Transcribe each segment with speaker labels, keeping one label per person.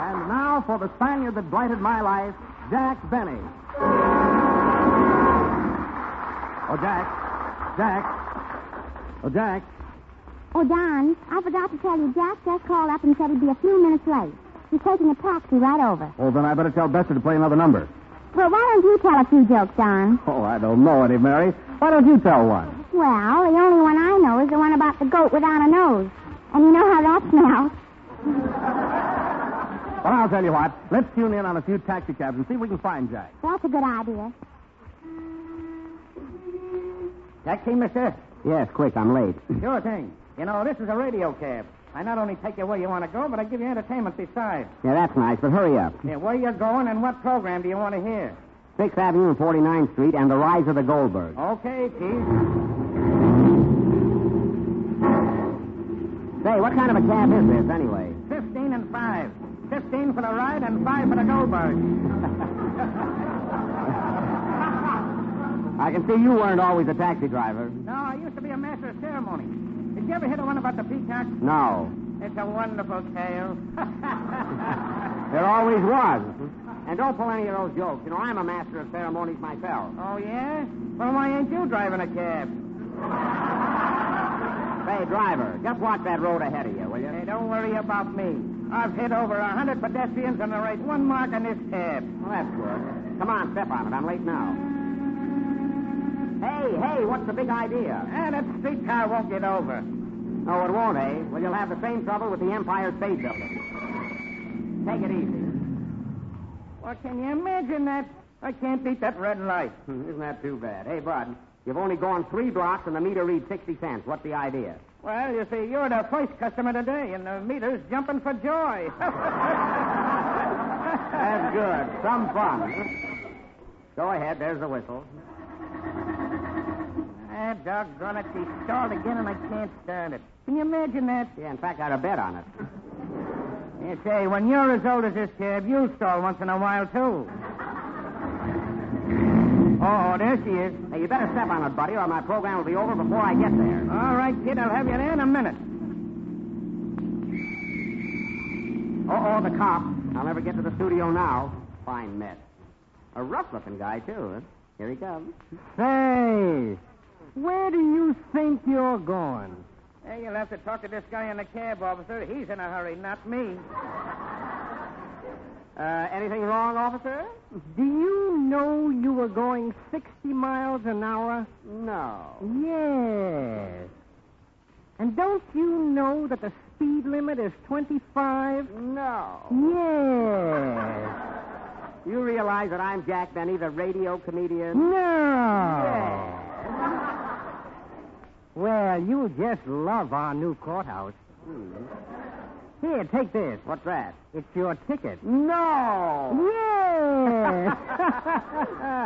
Speaker 1: And now for the Spaniard that blighted my life, Jack Benny. Oh, Jack. Jack. Oh, Jack.
Speaker 2: Oh, Don, I forgot to tell you, Jack just called up and said he'd be a few minutes late. He's taking a taxi right over.
Speaker 1: Well, then I better tell Bester to play another number.
Speaker 2: Well, why don't you tell a few jokes, Don?
Speaker 1: Oh, I don't know any, Mary. Why don't you tell one?
Speaker 2: Well, the only one I know is the one about the goat without a nose. And you know how that smells.
Speaker 1: Well, I'll tell you what. Let's tune in on a few taxicabs and see if we can find Jack.
Speaker 2: That's a good idea.
Speaker 3: Taxi, mister?
Speaker 4: Yes, quick, I'm late.
Speaker 3: Sure thing. You know, this is a radio cab. I not only take you where you want to go, but I give you entertainment besides.
Speaker 1: Hmm.
Speaker 4: Yeah, that's nice, but hurry up.
Speaker 3: Yeah, where you going and what program do you want to hear?
Speaker 4: Sixth Avenue and 49th Street and the rise of the Goldberg.
Speaker 3: Okay, Keith.
Speaker 4: Say, what kind of a cab is this, anyway?
Speaker 3: Fifteen and five. Fifteen for the ride and five for the Goldberg.
Speaker 4: I can see you weren't always a taxi driver.
Speaker 3: No, Oh, I used to be a master of ceremony. Did you ever hear the one about the peacock?
Speaker 4: No.
Speaker 3: It's a wonderful tale.
Speaker 4: There always was. And don't pull any of those jokes. You know, I'm a master of ceremonies myself.
Speaker 3: oh, yeah? Well, why ain't you driving a cab?
Speaker 4: Say, driver, just watch that road ahead of you, will you?
Speaker 3: Hey, don't worry about me. I've hit over a hundred pedestrians and there ain't one mark on this cab.
Speaker 4: Well, that's good. Come on, step on it. I'm late now. Hey, hey, what's the big idea?
Speaker 3: Ah, that streetcar won't get over.
Speaker 4: No, it won't, eh? Well, you'll have the same trouble with the Empire State Building. Take it easy.
Speaker 3: Well, can you imagine that? I can't beat that red light.
Speaker 4: Hmm, Isn't that too bad? Hey, Bud, you've only gone three blocks and the meter reads 60 cents. What's the idea?
Speaker 3: Well, you see, you're the first customer today, and the meter's jumping for joy.
Speaker 4: That's good. Some fun. Go ahead. There's the whistle.
Speaker 3: ah, doggone it, she stalled again, and I can't stand it. Can you imagine that?
Speaker 4: Yeah, in fact, I'd a bet on it.
Speaker 3: You say, when you're as old as this cab, you'll stall once in a while, too. Oh, there she is.
Speaker 4: Hey, you better step on it, buddy, or my program will be over before I get there.
Speaker 3: All right, kid, I'll have you there in a minute.
Speaker 4: Uh-oh, the cop. I'll never get to the studio now. Fine mess. A rough-looking guy, too. huh? Here he comes.
Speaker 3: Say, where do you think you're going? Hey, you'll have to talk to this guy in the cab, officer. He's in a hurry, not me.
Speaker 4: Uh, anything wrong, officer?
Speaker 5: Do you know you were going 60 miles an hour?
Speaker 4: No.
Speaker 5: Yes. And don't you know that the speed limit is 25?
Speaker 4: No.
Speaker 5: Yes.
Speaker 4: You realize that I'm Jack Benny, the radio comedian?
Speaker 3: Oh.
Speaker 5: No. Well, you just love our new courthouse. Here, take this.
Speaker 4: What's that?
Speaker 5: It's your ticket.
Speaker 4: No!
Speaker 5: Yes.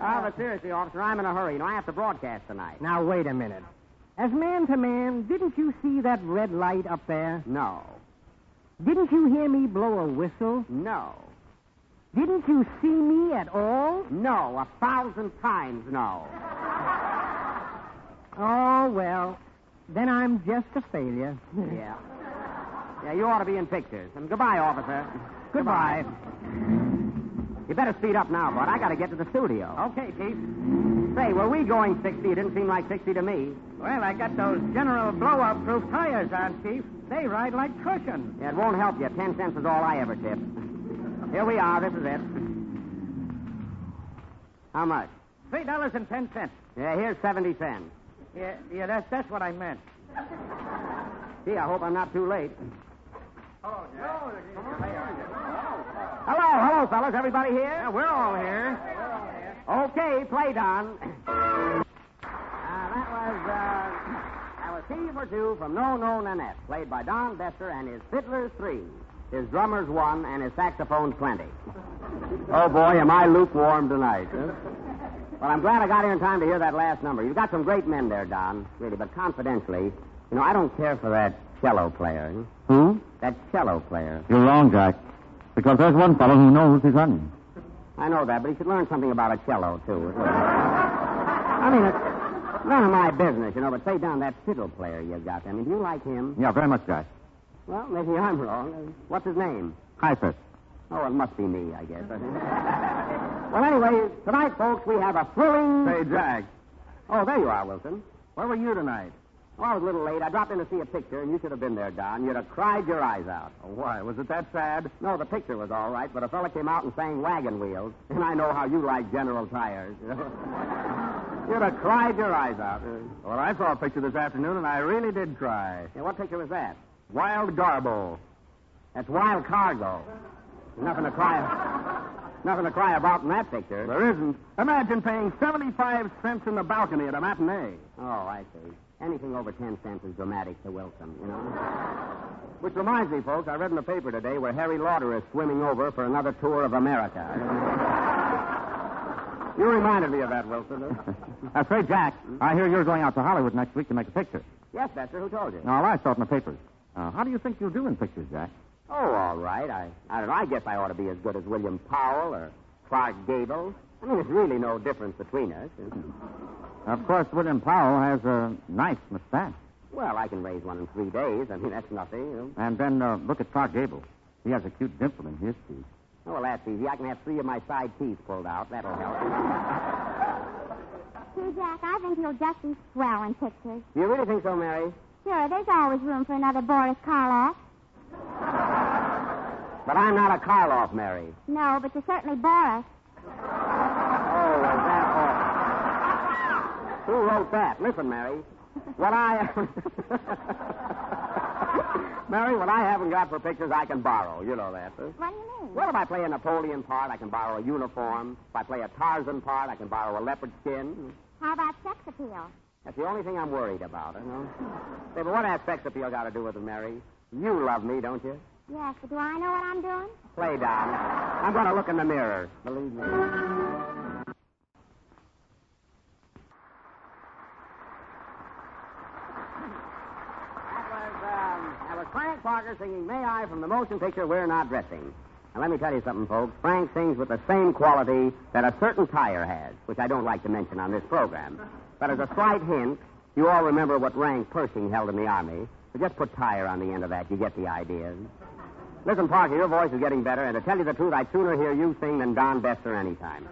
Speaker 4: Ah, but seriously, officer, I'm in a hurry. You know, I have to broadcast tonight.
Speaker 5: Now, wait a minute. As man to man, didn't you see that red light up there?
Speaker 4: No.
Speaker 5: Didn't you hear me blow a whistle?
Speaker 4: No.
Speaker 5: Didn't you see me at all?
Speaker 4: No, a thousand times no.
Speaker 5: Oh, well, then I'm just a failure.
Speaker 4: Yeah. Yeah, you ought to be in pictures. And goodbye, officer.
Speaker 5: Goodbye.
Speaker 4: You better speed up now, Bud. I got to get to the studio.
Speaker 3: Okay, Chief.
Speaker 4: Say, were we going 60? It didn't seem like 60 to me.
Speaker 3: Well, I got those General Blowout Proof tires on, Chief. They ride like cushions.
Speaker 4: Yeah, it won't help you. Ten cents is all I ever tip. Here we are. This is it. How much?
Speaker 3: Three dollars and ten cents.
Speaker 4: Yeah, here's 70 cents.
Speaker 3: Yeah, yeah, that's that's what I meant.
Speaker 4: Gee, I hope I'm not too late. Hello, hello, fellas. Everybody here? we're all here. Okay, play, Don. Uh, that was, uh, that was Tea for Two from No No Nanette, played by Don Bester and his fiddlers three, his drummers one, and his saxophones plenty. oh, boy, am I lukewarm tonight. Huh? Well, I'm glad I got here in time to hear that last number. You've got some great men there, Don, really, but confidentially, you know, I don't care for that cello player.
Speaker 6: Who?
Speaker 4: That cello player.
Speaker 6: You're wrong, Jack. Because there's one fellow who knows his onion.
Speaker 4: I know that, but he should learn something about a cello, too. I mean, it's none of my business, you know, but say down that fiddle player you got there. I mean, do you like him?
Speaker 6: Yeah, very much, Jack.
Speaker 4: Well, maybe I'm wrong. What's his name?
Speaker 6: Heifetz.
Speaker 4: Oh, it must be me, I guess. well, anyway, tonight, folks, we have a thrilling.
Speaker 1: Hey, Jack.
Speaker 4: Oh, there you are, Wilson.
Speaker 1: Where were you tonight?
Speaker 4: Oh, I was a little late. I dropped in to see a picture, and you should have been there, Don. You'd have cried your eyes out.
Speaker 1: Oh, why? Was it that sad?
Speaker 4: No, the picture was all right, but a fella came out and sang Wagon Wheels, and I know how you like General Tires. You'd have cried your eyes out.
Speaker 1: Well, I saw a Uh, picture this afternoon, and I really did cry.
Speaker 4: Yeah, what picture was that?
Speaker 1: Wild Garbo.
Speaker 4: That's wild cargo. Nothing to cry. Nothing to cry about in that picture.
Speaker 1: There isn't. Imagine paying 75 cents in the balcony at a matinee.
Speaker 4: Oh, I see. Anything over ten cents is dramatic to Wilson, you know. Which reminds me, folks, I read in the paper today where Harry Lauder is swimming over for another tour of America. you reminded me of that, Wilson.
Speaker 6: I say, Jack, I hear you're going out to Hollywood next week to make a picture.
Speaker 4: Yes, Bester, who told you?
Speaker 6: All right, I saw it in the papers. Uh, how do you think you'll do in pictures, Jack?
Speaker 4: Oh, all right. I, I don't know. I guess I ought to be as good as William Powell or Clark Gable. I mean, there's really no difference between us.
Speaker 6: Of course, William Powell has a nice mustache.
Speaker 4: Well, I can raise one in three days. I mean, that's nothing. You
Speaker 6: know. And then uh, look at Clark Gable. He has a cute dimple in his cheek.
Speaker 4: Oh, well, that's easy. I can have three of my side teeth pulled out. That'll help.
Speaker 2: See, Jack, I think he'll just be swell in pictures.
Speaker 4: You really think so, Mary?
Speaker 2: Sure, there's always room for another Boris Karloff.
Speaker 4: But I'm not a Karloff, Mary.
Speaker 2: No, but you're certainly Boris.
Speaker 4: Oh, is that awful? Who wrote that? Listen, Mary. What I. Mary, what I haven't got for pictures, I can borrow. You know that. Huh?
Speaker 2: What do you mean?
Speaker 4: Well, if I play a Napoleon part, I can borrow a uniform. If I play a Tarzan part, I can borrow a leopard skin.
Speaker 2: How about sex appeal?
Speaker 4: That's the only thing I'm worried about, you know. Say, but what has sex appeal got to do with it, Mary? You love me, don't you?
Speaker 2: Yes, but do I know what I'm doing?
Speaker 4: Play, Don. I'm going to look in the mirror. Believe me. That was, um, that was Frank Parker singing May I from the motion picture We're Not Dressing. Now, let me tell you something, folks. Frank sings with the same quality that a certain tire has, which I don't like to mention on this program. But as a slight hint, you all remember what rank Pershing held in the Army. So just put tire on the end of that. You get the idea. Listen, Parker, your voice is getting better, and to tell you the truth, I'd sooner hear you sing than Don Bester any time.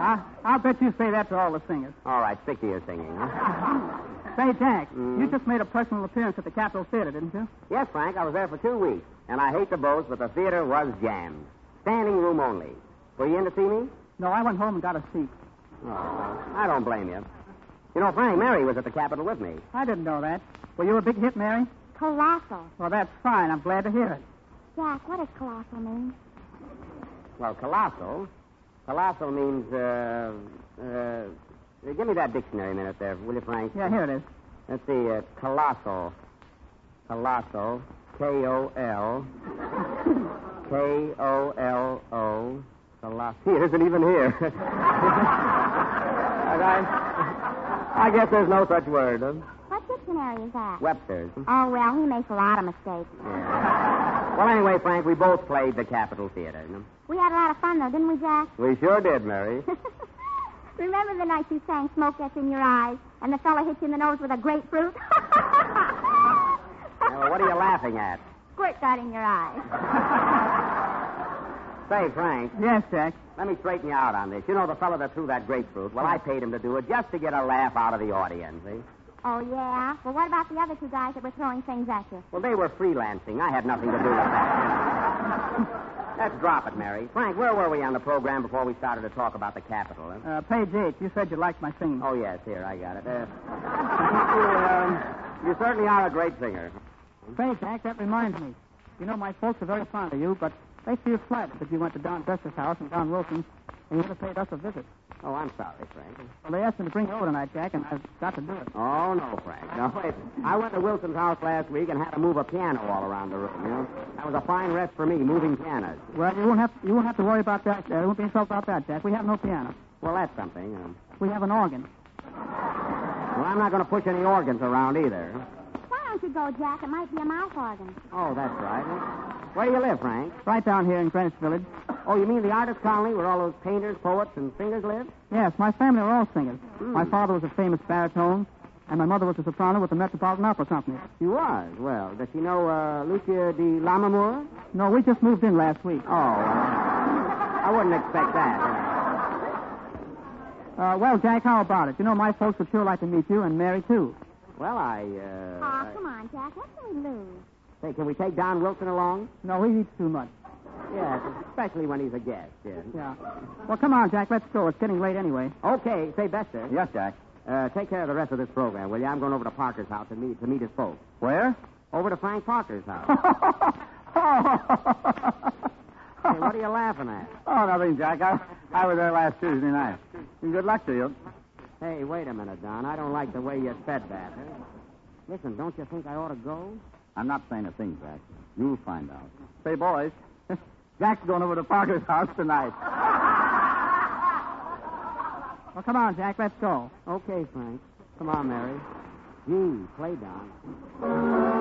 Speaker 3: I, Uh, I'll bet you say that to all the singers.
Speaker 4: All right, stick to your singing. Huh?
Speaker 3: say, Jack, mm. you just made a personal appearance at the Capitol Theater, didn't you?
Speaker 4: Yes, Frank. I was there for two weeks, and I hate to boast, but the theater was jammed. Standing room only. Were you in to see me?
Speaker 3: No, I went home and got a seat.
Speaker 4: Oh, I don't blame you. You know, Frank, Mary was at the Capitol with me.
Speaker 3: I didn't know that. Were you a big hit, Mary?
Speaker 2: Colossal.
Speaker 3: Well, that's fine. I'm glad to hear it.
Speaker 2: Jack, what does colossal mean?
Speaker 4: Well, colossal. Colossal means, uh, uh, give me that dictionary a minute there, will you, Frank?
Speaker 3: Yeah, here it is.
Speaker 4: Let's see, uh, colossal. Colossal. K O L. K O L O. Colossal. He isn't even here. and I. I guess there's no such word. Huh?
Speaker 2: What dictionary is that?
Speaker 4: Webster's.
Speaker 2: Oh, well, he makes a lot of mistakes.
Speaker 4: Yeah. well, anyway, Frank, we both played the Capitol Theater. You know?
Speaker 2: We had a lot of fun, though, didn't we, Jack?
Speaker 4: We sure did, Mary.
Speaker 2: Remember the night you sang Smoke Gets in Your Eyes and the fella hit you in the nose with a grapefruit?
Speaker 4: well, what are you laughing at?
Speaker 2: Squirt that in your eyes.
Speaker 4: Say, Frank.
Speaker 3: Yes, Jack.
Speaker 4: Let me straighten you out on this. You know the fellow that threw that grapefruit. Well, I paid him to do it just to get a laugh out of the audience, see?
Speaker 2: Oh, yeah? Well, what about the other two guys that were throwing things at you?
Speaker 4: Well, they were freelancing. I had nothing to do with that. Let's drop it, Mary. Frank, where were we on the program before we started to talk about the Capitol? Huh?
Speaker 3: Uh, page 8. You said you liked my singing.
Speaker 4: Oh, yes. Here, I got it. Uh, you, um, you certainly are a great singer.
Speaker 3: Say, Jack, that reminds me. You know, my folks are very fond of you, but they feel flattered that you went to Don Duster's house and Don Wilson's, and you would have paid us a visit.
Speaker 4: Oh, I'm sorry, Frank.
Speaker 3: Well, they asked me to bring you over tonight, Jack, and I've got to do it.
Speaker 4: Oh, no, Frank. No, wait. I went to Wilson's house last week and had to move a piano all around the room, you know. That was a fine rest for me, moving pianos.
Speaker 3: Well, you won't have, you won't have to worry about that. There won't be any trouble about that, Jack. We have no piano.
Speaker 4: Well, that's something. Um...
Speaker 3: We have an organ.
Speaker 4: Well, I'm not going to push any organs around either.
Speaker 2: Why don't you go, Jack? It might be a mouth organ.
Speaker 4: Oh, that's right. Where do you live, Frank?
Speaker 3: Right down here in Greenwich Village.
Speaker 4: Oh, you mean the artist colony where all those painters, poets, and singers live?
Speaker 3: Yes, my family were all singers. Mm. My father was a famous baritone, and my mother was a soprano with the Metropolitan Opera Company.
Speaker 4: She was? Well, does she know uh, Lucia de Lammermoor?
Speaker 3: No, we just moved in last week.
Speaker 4: Oh, I wouldn't expect that.
Speaker 3: Uh, well, Jack, how about it? You know, my folks would sure like to meet you and Mary, too.
Speaker 4: Well, I, uh...
Speaker 2: Aw, come on, Jack. What can we lose?
Speaker 4: Say, can we take Don Wilson along?
Speaker 3: No, he eats too much.
Speaker 4: Yes, especially when he's a guest. Yeah.
Speaker 3: Yeah. Well, come on, Jack, let's go. It's getting late anyway.
Speaker 4: Okay, say, Bester,
Speaker 6: Yes, Jack.
Speaker 4: uh, take care of the rest of this program, will you? I'm going over to Parker's house to meet, to meet his folks.
Speaker 6: Where?
Speaker 4: Over to Frank Parker's house. hey, what
Speaker 6: oh,
Speaker 4: are you laughing at?
Speaker 6: nothing, Jack. I, I was there last Tuesday night. Good luck to you.
Speaker 4: Hey, wait a minute, Don. I don't like the way you said that. Listen, don't you think I ought to go?
Speaker 6: I'm not saying a thing, Jack. You'll find out. Say, boys, Jack's going over to Parker's house tonight.
Speaker 3: Well, come on, Jack, let's go.
Speaker 4: Okay, Frank. Come on, Mary. Gee, play Don.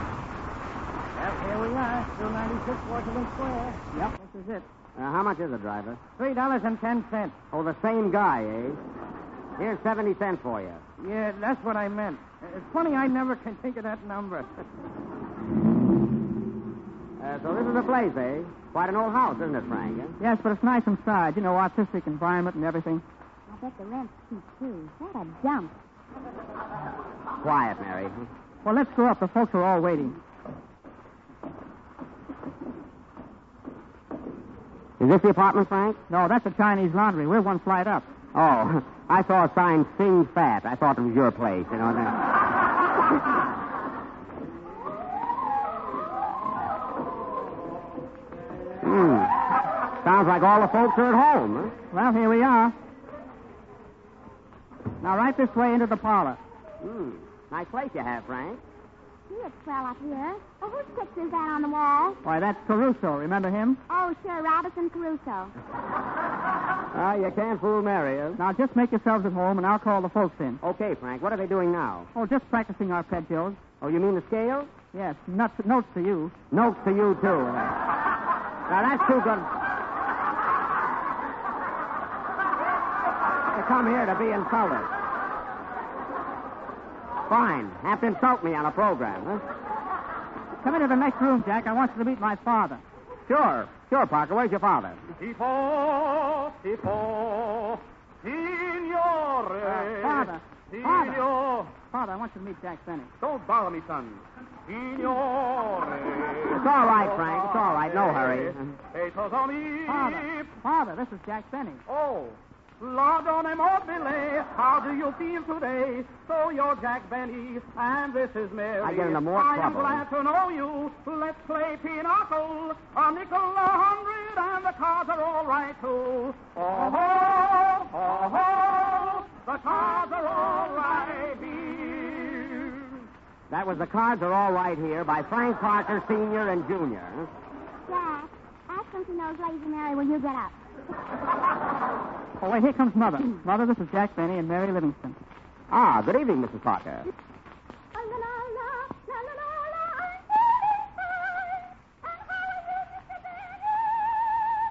Speaker 7: Well, here we are, 296 Washington Square. Yep, this is it.
Speaker 4: Uh, how much is it, driver?
Speaker 7: Three dollars and ten cents.
Speaker 4: Oh, the same guy, eh? Here's 70 cents for you.
Speaker 7: Yeah, that's what I meant. It's funny I never can think of that number.
Speaker 4: Uh, so this is the place, eh? Quite an old house, isn't it, Frank? eh?
Speaker 3: Yes, but it's nice inside. You know, artistic environment and everything.
Speaker 2: I bet the rent's cheap, too. What a dump.
Speaker 4: Quiet, Mary.
Speaker 3: Well, let's go up. The folks are all waiting.
Speaker 4: Is this the apartment, Frank?
Speaker 3: No, that's a Chinese laundry. We're one flight up.
Speaker 4: Oh, I saw a sign, Sing Fat. I thought it was your place, you know. that- Hmm. Sounds like all the folks are at home, huh?
Speaker 3: Well, here we are. Now, right this way into the parlor.
Speaker 4: Hmm. Nice place you have, Frank.
Speaker 2: Gee, it's swell up here. Oh, whose picture's that on the wall?
Speaker 3: Why, that's Caruso. Remember him?
Speaker 2: Oh, sure, Robinson Crusoe.
Speaker 4: Ah, you can't fool Mary, huh?
Speaker 3: Now, just make yourselves at home, and I'll call the folks in.
Speaker 4: Okay, Frank, what are they doing now?
Speaker 3: Oh, just practicing arpeggios.
Speaker 4: Oh, you mean the scale?
Speaker 3: Yes, nuts, notes to you.
Speaker 4: Notes to you, too. Now, that's too good. To come here to be insulted. Fine. Have to insult me on a program, huh?
Speaker 3: Come into the next room, Jack. I want you to meet my father.
Speaker 4: Sure. Sure, Parker. Where's your father?
Speaker 5: Tipo, tipo, signore.
Speaker 3: Uh, father, father.
Speaker 5: Signor.
Speaker 3: Father, I want you to meet Jack Benny.
Speaker 5: Don't bother me, son. Signore.
Speaker 4: It's all right, Frank. It's all right. No hurry.
Speaker 5: E
Speaker 3: Father, father, this is Jack Benny.
Speaker 5: Oh. Ladone mobile, how do you feel today? So you're Jack Benny, and this is Mary.
Speaker 4: I get into more
Speaker 5: I am
Speaker 4: trouble.
Speaker 5: glad to know you. Let's play pinochle. A nickel, a hundred, and the cards are all right, too. Oh-ho, oh-ho, the cards are all right here.
Speaker 4: That was The Cards Are All Right Here by Frank Parker, Sr. and Jr.
Speaker 2: Jack, ask him if he knows Lazy Mary when you get up.
Speaker 3: Oh, wait, here comes Mother. Mother, this is Jack Benny and Mary Livingston.
Speaker 4: Ah, good evening, Mrs. Parker.
Speaker 2: La, la, la, la, la, la, la, I'm feeling fine. And how are you, Mr.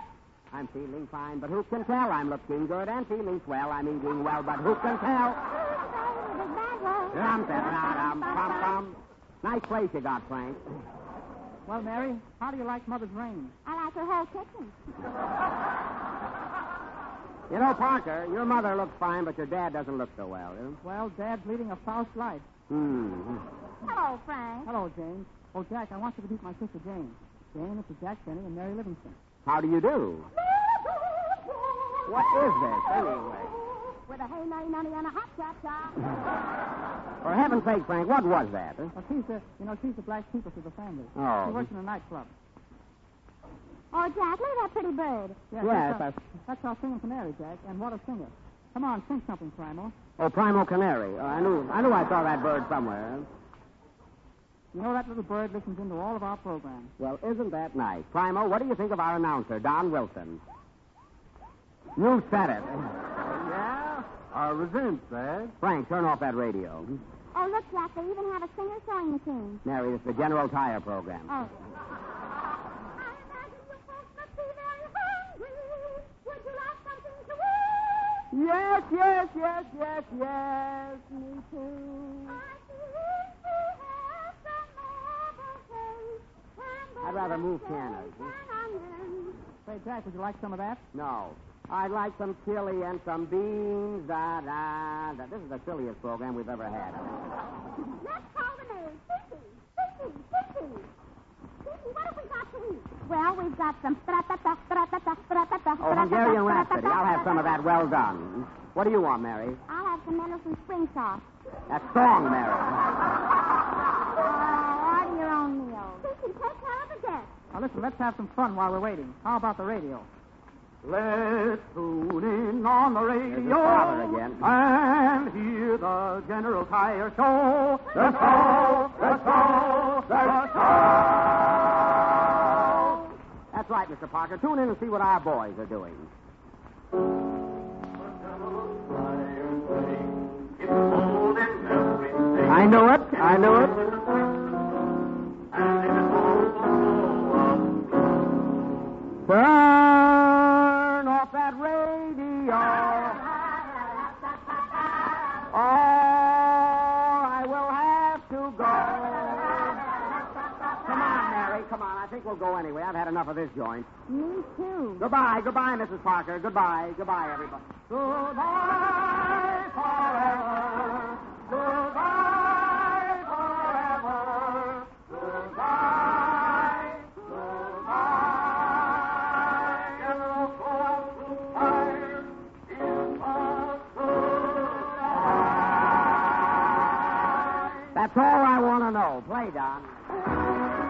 Speaker 2: Benny?
Speaker 4: I'm feeling fine, but who can tell? I'm looking good and feeling swell. I'm eating well, but who can tell? Rum, da, da, dum, bum, bum. Nice place you got, Frank.
Speaker 3: Well, Mary, how do you like Mother's reign?
Speaker 2: I like her whole kitchen.
Speaker 4: You know, Parker, your mother looks fine, but your dad doesn't look so well. eh?
Speaker 3: Well, Dad's leading a false life.
Speaker 4: Hmm.
Speaker 2: Hello, Frank.
Speaker 3: Hello, James. Oh, Jack, I want you to meet my sister, Jane. Jane, this is Jack Benny and Mary Livingston.
Speaker 4: How do you do? What is this, anyway?
Speaker 2: With a hey, nutty, nutty, and a hot chop chop.
Speaker 4: For heaven's sake, Frank, what was that? eh?
Speaker 3: Well, Oh, she's the, you know, she's the black people to the family.
Speaker 4: Oh.
Speaker 3: She works in a nightclub.
Speaker 2: Oh, Jack, look at that pretty bird.
Speaker 3: Yes,
Speaker 4: Yes,
Speaker 3: that's, our, that's our singing canary, Jack, and what a singer. Come on, sing something, Primal.
Speaker 4: Oh, Primo Canary. Oh, I knew I knew I saw that bird somewhere.
Speaker 3: You know that little bird listens into all of our programs.
Speaker 4: Well, isn't that nice? Primo, what do you think of our announcer, Don Wilson? You said it.
Speaker 1: Yeah?
Speaker 4: Uh,
Speaker 1: I resent that.
Speaker 4: Frank, turn off that radio.
Speaker 2: Oh, look, Jack, they even have a singer sewing machine.
Speaker 4: Mary, it's the General Tire program.
Speaker 2: Oh. I imagine you folks must be very hungry. Would you like something to eat?
Speaker 3: Yes, yes, yes, yes, yes, me too.
Speaker 4: I'd rather move pianos.
Speaker 3: Say, Jack, would you like some of that?
Speaker 4: No. I'd like some chili and some beans. Da, da, da. This is the silliest program we've ever had.
Speaker 2: Well, we've got some.
Speaker 4: Oh,
Speaker 2: Oh,
Speaker 4: Hungarian Rhapsody. I'll have some of that well done. What do you want, Mary?
Speaker 2: I'll have some Mendelssohn spring sauce.
Speaker 4: That song, Mary.
Speaker 2: Oh, order your own meal. Pinky, take care of the guests.
Speaker 3: Now, listen, let's have some fun while we're waiting. How about the radio?
Speaker 5: Let's tune in on the
Speaker 4: There's his
Speaker 5: radio
Speaker 4: father again.
Speaker 5: and hear the General Tire Show. Let's go, let's go, let's go.
Speaker 4: That's right, Mr. Parker. Tune in and see what our boys are doing.
Speaker 1: I know it. I know it.
Speaker 4: Turn off that radio. Or I will have to go. Come on, Mary. Come on. I think we'll go anyway. I've had enough of this joint.
Speaker 2: Me too.
Speaker 4: Goodbye. Goodbye, Mrs. Parker. Goodbye. Goodbye, everybody.
Speaker 5: Goodbye forever. Goodbye forever. Goodbye. Goodbye. General Tire is a
Speaker 4: That's all I want to know. Play, Don.